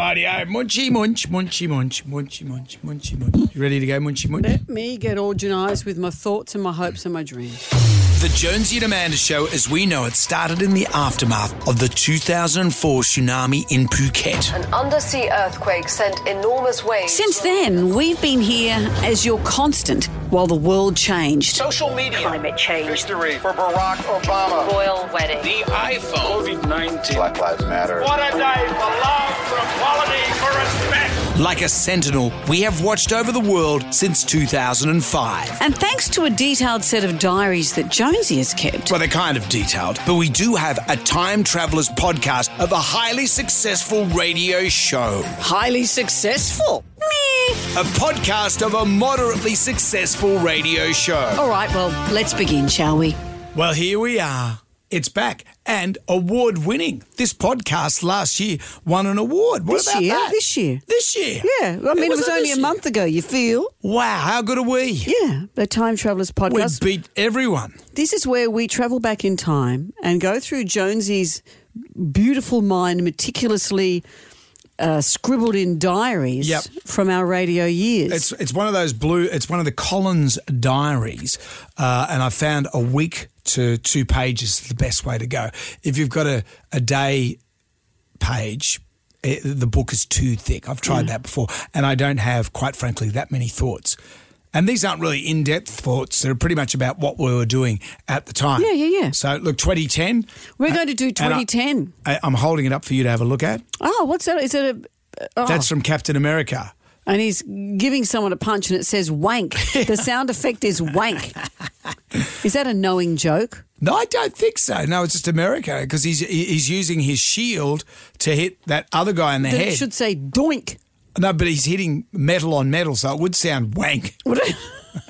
Rightio, munchy munch, munchy munch, munchy munch, munchy munch. You ready to go, munchy munch? Let me get organised with my thoughts and my hopes and my dreams. The Jonesy and Amanda Show, as we know it, started in the aftermath of the 2004 tsunami in Phuket. An undersea earthquake sent enormous waves. Since then, we've been here as your constant while the world changed. Social media. Climate change. History for Barack Obama. Royal wedding. The iPhone. COVID 19. Black Lives Matter. What a day for love, for equality, for respect. Like a sentinel, we have watched over the world since 2005. And thanks to a detailed set of diaries that Jonesy has kept, Well, they're kind of detailed, but we do have a time travelers podcast of a highly successful radio show. highly successful. Meh. A podcast of a moderately successful radio show. All right, well, let's begin, shall we? Well, here we are. It's back and award winning. This podcast last year won an award. What This about year? that? This year? This year. Yeah, I mean, it was, a only this year. a month ago, you feel? Wow, how good are we? Yeah, the Time Travelers We podcast. beat everyone. This is where we travel back in time and go through Jonesy's beautiful mind, meticulously uh, scribbled in diaries Yep. from our radio years. It's it's one of those blue. It's one of the Collins diaries, uh, and I found a week to two pages is the best way to go. If you've got a a day page. It, the book is too thick. I've Hmm. tried that before, and I don't have, quite frankly, that many thoughts. And these aren't really in depth thoughts. They're pretty much about what we were doing at the time. Yeah, yeah, yeah. So, look, 2010. We're going to do and I- 2010. I, I'm holding it up for you to have a look at. Oh, what's that? Is it a. Oh. That's from Captain America. and he's giving someone a punch and it says wank. the sound effect is wank. is that a knowing joke? No, I don't think so. No, it's just America because he's he- he's using his shield to hit that other guy in the That head. it should say doink. No, but he's hitting metal on metal, so it would sound wank. Would it-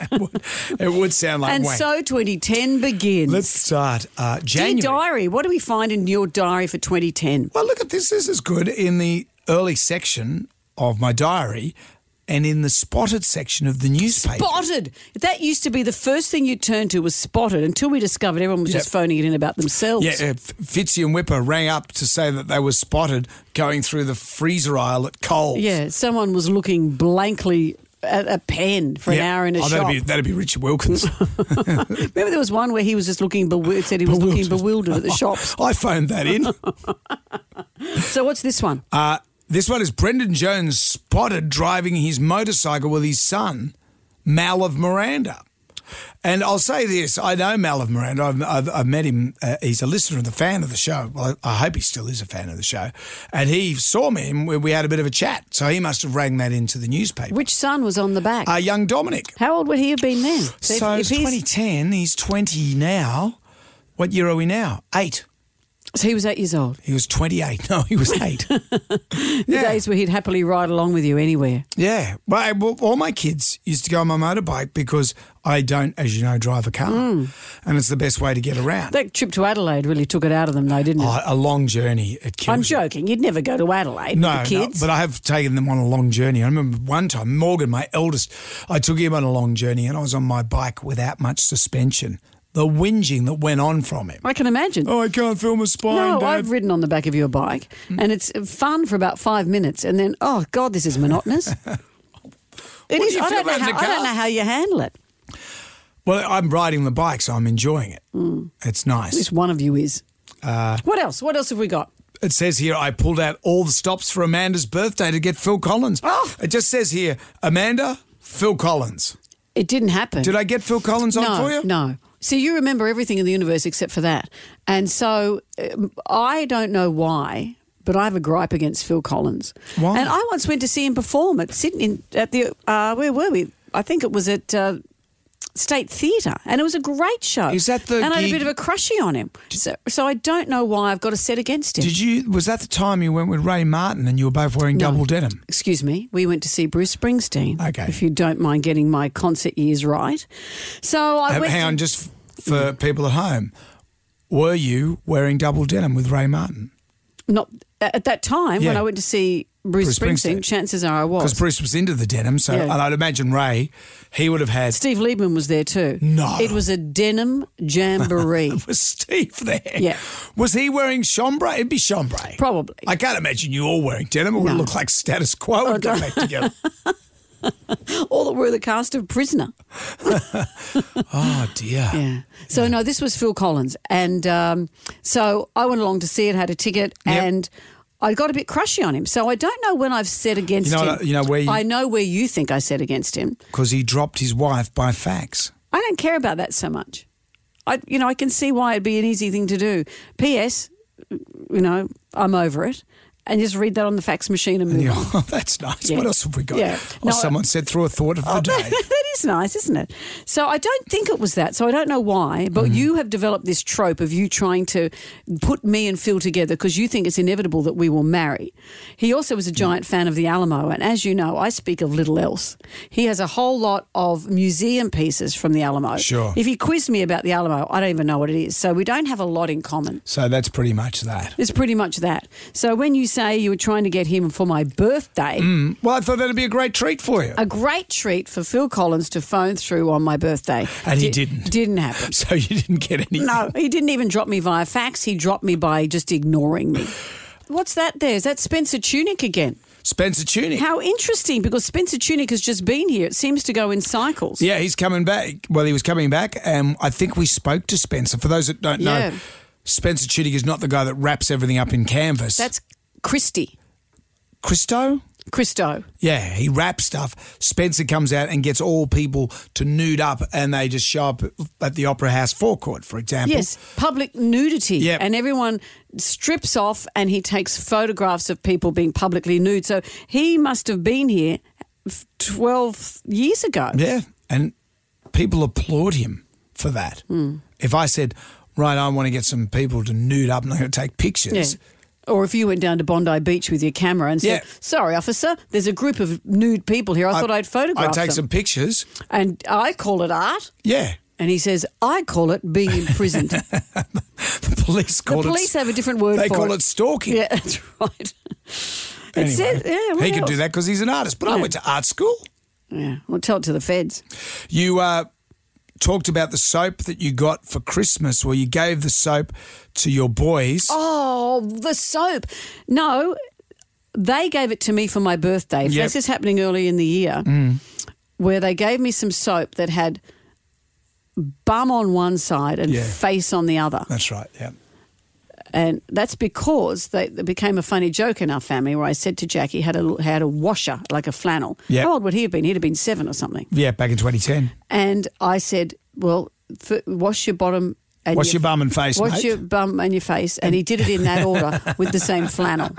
it, would, it would sound like and wank. so 2010 begins. Let's start uh, January. Dear diary, what do we find in your diary for 2010? Well, look at this. This is good. In the early section of my diary, and in the spotted section of the newspaper. Spotted. That used to be the first thing you turned to was spotted until we discovered everyone was Yep. just phoning it in about themselves. Yeah, uh, F- Fitzy and Whipper rang up to say that they were spotted going through the freezer aisle at Coles. Yeah, someone was looking blankly at a pen for an Yeah. hour in a oh, shop. That'd be, that'd be Richard Wilkins. Remember there was one where he was just looking bewildered, said he was looking bewildered at the shops. I phoned that in. So what's this one? Uh, this one is Brendan Jones spotted driving his motorcycle with his son, Mal of Miranda. And I'll say this I know Mal of Miranda. I've, I've, I've met him. Uh, he's a listener and a fan of the show. Well, I, I hope he still is a fan of the show. And he saw me and we, we had a bit of a chat. So he must have rang that into the newspaper. Which son was on the back? Uh, young Dominic. How old would he have been then? if- So if it's he's- 2010. He's 20 now. What year are we now? Eight. so he was eight years old. He was 28. No, he was eight. The days where he'd happily ride along with you anywhere. Yeah. Well, I- well, all my kids used to go on my motorbike because I don't, as you know, drive a car. Mm. And it's the best way to get around. That trip to Adelaide really took it out of them, though, didn't it? Oh, a long journey. It kills I'm you. joking. You'd never go to Adelaide No, with the no, kids. but I have taken them on a long journey. I remember one time, Morgan, my eldest, I took him on a long journey and I was on my bike without much suspension. The whinging that went on from him. I can imagine. Oh, I can't feel my spine, No, Dad. I've ridden on the back of your bike, Mm. and it's fun for about five minutes, and then oh god, this is monotonous. It do is- you I feel don't know. about How, the I car? don't know how you handle it. well, I'm riding the bike, so I'm enjoying it. Mm. It's nice. At least one of you is. Uh. what else? What else have we got? It says here, I pulled out all the stops for Amanda's birthday to get Phil Collins. Oh. It just says here, Amanda, Phil Collins. It didn't happen. Did I get Phil Collins on no, for you? No. So you remember everything in the universe except for that, and so um, I don't know why. But I have a gripe against Phil Collins. Why? And I once went to see him perform at Sydney at the uh, where were we? I think it was at uh, State Theatre, and it was a great show. Is that the And I had a gig- bit of a crushy on him, so, so I don't know why I've got a set against him. Did you? Was that the time you went with Ray Martin and you were both wearing No. double denim? Excuse me. We went to see Bruce Springsteen. Okay. If you don't mind getting my concert years right. So I Uh, went. Hang to- on, just f- for people at home, were you wearing double denim with Ray Martin? not at that time when Yeah. I went to see Bruce, Bruce Springsteen, Springsteen. chances are I Because was. Bruce was into the denim, so Yeah. and I'd imagine Ray, he would have had Steve Liebman was there too. No. It was a denim jamboree. was Steve there? Yeah. Was he wearing chambray? It'd be chambray. Probably. I can't imagine you all wearing denim. It would No. Oh, look like status quo and come back together. All that were the cast of Prisoner. oh dear. Yeah. So no, this was Phil Collins, and um, so I went along to see it, had a ticket, Yep. and I got a bit crushy on him. So I don't know when I've said against You know- him. you know where you- I know where you think I said against him. Because he dropped his wife by fax. I don't care about that so much. I, you know, I can see why it'd be an easy thing to do. P.S. You know, I'm over it, and just read that on the fax machine and move Yeah, Oh, on. that's nice. Yeah. What else have we got? Yeah. Oh, No, Oh, someone said through a thought of the day. that is nice, isn't it? So I don't think it was that. So I don't know why, Mm-hmm. but you have developed this trope of you trying to put me and Phil together because you think it's inevitable that we will marry. He also was a Mm. giant fan of the Alamo, and as you know, I speak of little else. He has a whole lot of museum pieces from the Alamo. Sure. If he quizzed me about the Alamo, I don't even know what it is. So we don't have a lot in common. So that's pretty much that. It's pretty much that. So when you say you were trying to get him for my Mm. birthday, Well, I thought that'd be a great treat for you. a great treat for Phil Collins to phone through on my birthday. And he Di- didn't. Didn't happen. so you didn't get any. No, he didn't even drop me via fax. He dropped me by just ignoring me. What's that there? Is that Spencer Tunick again? Spencer Tunick. How interesting, because Spencer Tunick has just been here. It seems to go in cycles. Yeah, he's coming back. Well, he was coming back, and I think we spoke to Spencer. For those that don't Yeah. know, Spencer Chittick is not the guy that wraps everything up in canvas. That's Christy. Christo. Christo. Yeah, he wraps stuff. Spencer comes out and gets all people to nude up, and they just show up at the Opera House forecourt, for example. Yes, public nudity. Yep. And everyone strips off and he takes photographs of people being publicly nude. So he must have been here f- 12 years ago. Yeah, and people applaud him for that. Hmm. If I said, right, I want to get some people to nude up and I'm going to take pictures. Yeah. Or if you went down to Bondi Beach with your camera and said, Yeah. "Sorry, officer, there's a group of nude people here. I, thought I'd photograph I take them." some pictures. and I call it art. Yeah. And he says, "I call it being imprisoned." the The police call it. police have a different word. They for call it. it stalking. Yeah, that's right. Anyway, It's it. Yeah, what he could else? do that because he's an artist. But I Yeah. went to art school. Yeah, well, tell it to the feds. You uh, talked about the soap that you got for Christmas, where you gave the soap to your boys. Oh, the soap. No, they gave it to me for my birthday. Yep. Mm. This is happening early in the year, where they gave me some soap that had bum on one side and Yeah. face on the other. That's right. Yeah. And that's because they, it became a funny joke in our family where I said to Jackie, had a, had a washer, like a flannel. Yep. How old would he have been? He'd have been seven or something. Yeah, back in 2010. And I said, well, f- wash your bottom. And Wash your bum and face, Wash mate. your bum and your face. And he did it in that order with the same flannel.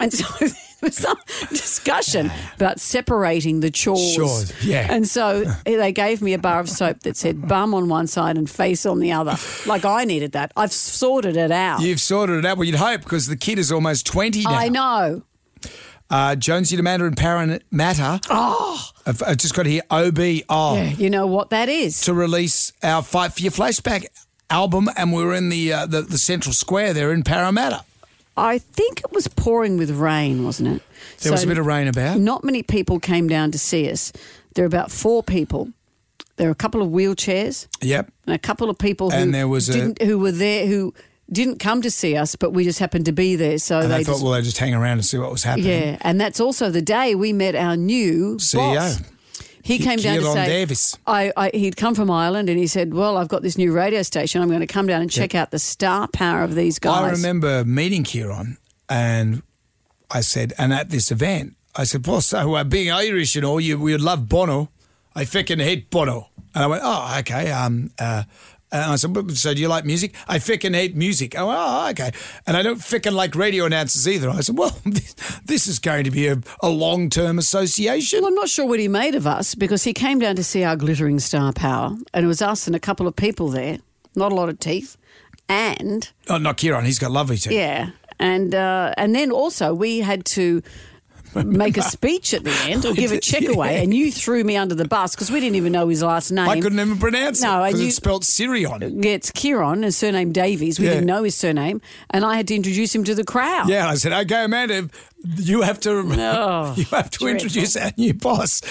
And so there was some discussion about separating the chores. Sure, yeah. And so they gave me a bar of soap that said bum on one side and face on the other. Like I needed that. I've sorted it out. You've sorted it out. Well, you'd hope because the kid is almost 20 now. Oh. I know. Uh, Jonesy Demander and Parramatta. Oh. I've, I've just got here OBR You know what that is. to release our Fight for Your Flashback album, and we were in the, uh, the, the central square there in Parramatta. I think it was pouring with rain, wasn't it? There was a bit of rain about. Not many people came down to see us. There are about four people. There are a couple of wheelchairs Yep. and a couple of people who And there was a- didn't, who were there who didn't come to see us, but we just happened to be there. So And they I thought, just- well, they just hang around and see what was happening. yeah, and that's also the day we met our new CEO. boss. He came down to Ciaran say, Davis. I, I, he'd come from Ireland and he said, Well, I've got this new radio station. I'm going to come down and check out the star power of these guys. I remember meeting Kieran, and I said, and at this event, I said, well, so uh, being Irish and all, you we love Bono. I fucking hate Bono. And I went, oh, okay. Um, uh, and I said, "But- so do you like music? I fucking hate music. I went, oh, okay. And I don't fucking like radio announcers either. I said, well, this, this is going to be a, a long term association. Well, I'm not sure what he made of us because he came down to see our glittering star power, and it was us and a couple of people there, not a lot of teeth, and Oh, not Kieran. He's got lovely teeth. yeah, and uh, and then also we had to. Make a speech at the end or give a check away, and you threw me under the bus because we didn't even know his last name. I couldn't even pronounce No, it and because you- it's spelled Sirion. Yeah, it's Kieran, his surname Davies. We Yeah. didn't know his surname, and I had to introduce him to the crowd. Yeah, I said, okay, Amanda, You have to No, you have to introduce our new boss.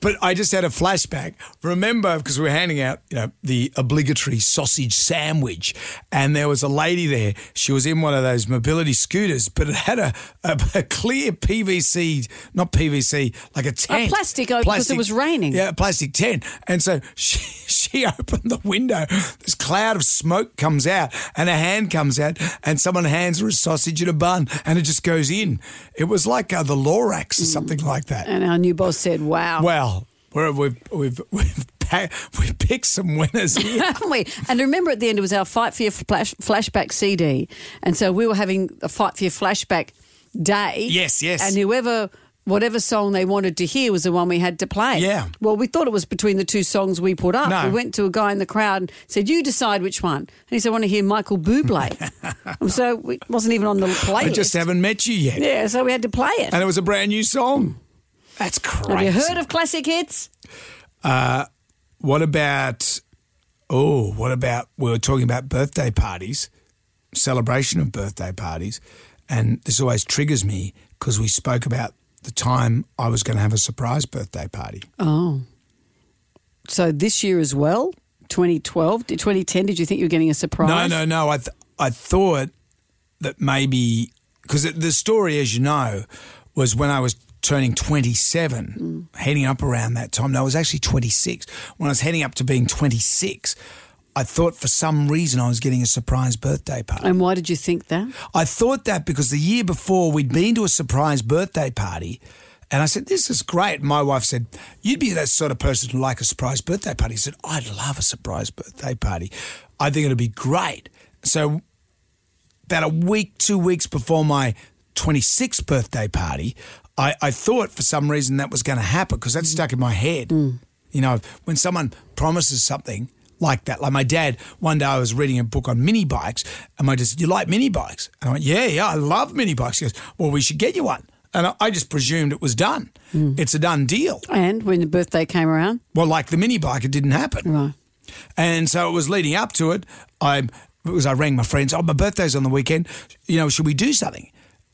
But I just had a flashback. Remember, because we were handing out you know the obligatory sausage sandwich, and there was a lady there. She was in one of those mobility scooters, but it had a, a, a clear PVC, not PVC, like a tent, plastic over- 'cause it was raining. Yeah, a uh, plastic tent. And so she, she opened the window. This cloud of smoke comes out, and a hand comes out, and someone hands her a sausage and a bun, and it just goes in. It was like uh, the Lorax or something like that. And our new boss said, "Wow, Well, we're, we've we've we've pa- we've picked some winners. here. haven't we?" And remember, at the end, it was our Fight for Your flash, flashback CD, and so we were having a Fight for Your flashback day. Yes, yes. And whoever. Whatever song they wanted to hear was the one we had to play. Yeah. Well, we thought it was between the two songs we put up. No. We went to a guy in the crowd and said, "You decide which one." And he said, "I want to hear Michael Bublé." And so it wasn't even on the playlist. I just haven't met you yet, yeah. So we had to play it. and it was a brand new song. That's crazy. Have you heard of classic hits? What about oh, what about we were talking about birthday parties, celebration of birthday parties, and this always triggers me because we spoke about the time I was going to have a surprise birthday party. Oh. So this year as well, 2012, did- 2010, did you think you were getting a surprise? No, no, no. I th- I thought that maybe because the story, as you know, was when I was turning 27, heading up around that time. No, I was actually 26. When I was heading up to being 26, I thought for some reason I was getting a surprise birthday party. And why did you think that? I thought that because the year before we'd been to a surprise birthday party. And I said, This is great. My wife said, You'd be that sort of person to like a surprise birthday party. I said, I'd love a surprise birthday party. I think it'd be great. So, about a week, two weeks before my 26th birthday party, I, I thought for some reason that was going to happen because that stuck in my head. You know, when someone promises something like that, like my dad, one day I was reading a book on mini bikes and my dad said, You like mini bikes? And I went, Yeah, yeah, I love mini bikes. He goes, Well, we should get you one. And I- I just presumed it was done. It's a done deal. And when the birthday came around? Well, like the mini bike, it didn't happen. Right. And so it was leading up to it. I because I rang my friends. Oh, my birthday's on the weekend. You know, should we do something?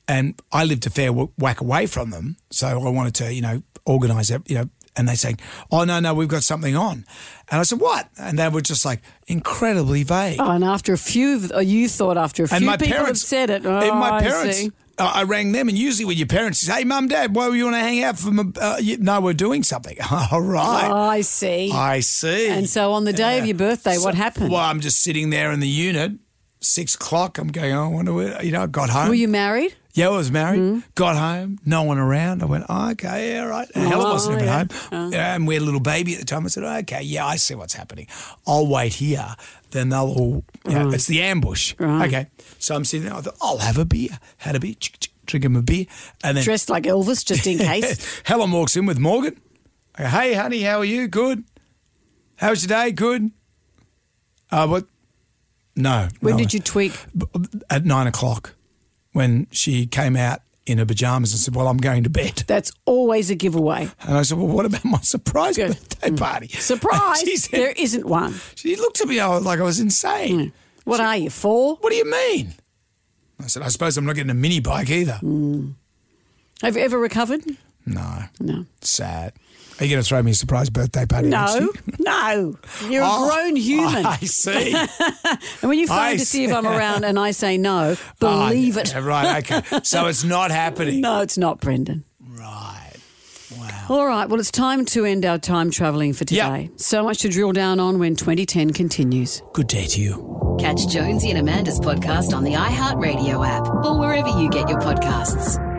And I lived a fair w- whack away from them, so I wanted to, you know, organise it. You know, and they saying, "Oh no, no, we've got something on," and I said, "What?" And they were just like incredibly vague. Oh, and after a few, of- or you thought after a few and my people parents had said it. and Oh, my I parents. see. I I rang them, and usually with your parents, you say, "Hey, mum, dad, why you want to hang out for?" My, uh, you, no, we're doing something. All right, I see. I see. Oh. and so on the day of your birthday, what happened? Well, I'm just sitting there in the unit, six o'clock. I'm going, oh, I wonder where, you know, I got home. Were you Hmm. married? yeah, I was married, got home, no one around. I went, oh, okay, yeah, all right. And Helen wasn't even Oh, yeah. Uh. home. Yeah, And we had a little baby at the time. I said, okay, yeah, I see what's happening. I'll wait here. Then they'll all, you know, it's the ambush. Right. Okay. So I'm sitting there. I thought, I'll have a beer. Had a beer, chick, chick, drinking my beer. And then Dressed like Elvis, just in case. Helen walks in with Morgan. I go, hey, honey, how are you? Good. How was your day? Good. Uh, what? No. When no. did you tweak? At nine o'clock, when she came out in her pajamas and said, "Well, I'm going to bed." That's always a giveaway. And I said, "Well, what about my surprise Good. Mm. birthday party?" Surprise! And she said, there Mm. isn't one. she looked at me I was- like I was insane. What are you, four? What do you mean? I said, "I suppose I'm not getting a mini bike either." Mm. Have you ever recovered? No, No. sad. Are you going to throw me a surprise birthday party? next year? No, no. You're a grown human. Oh, I see. Ah, and when you phone I to see if I'm around and I say no, believe Oh, it. yeah, Right, okay. So it's not happening. No, it's not, Brendan. Right. All right. Well, it's time to end our time travelling for Yeah. today. So much to drill down on when 2010 continues. Good day to you. Catch Jonesy and Amanda's podcast on the iHeartRadio app or wherever you get your podcasts.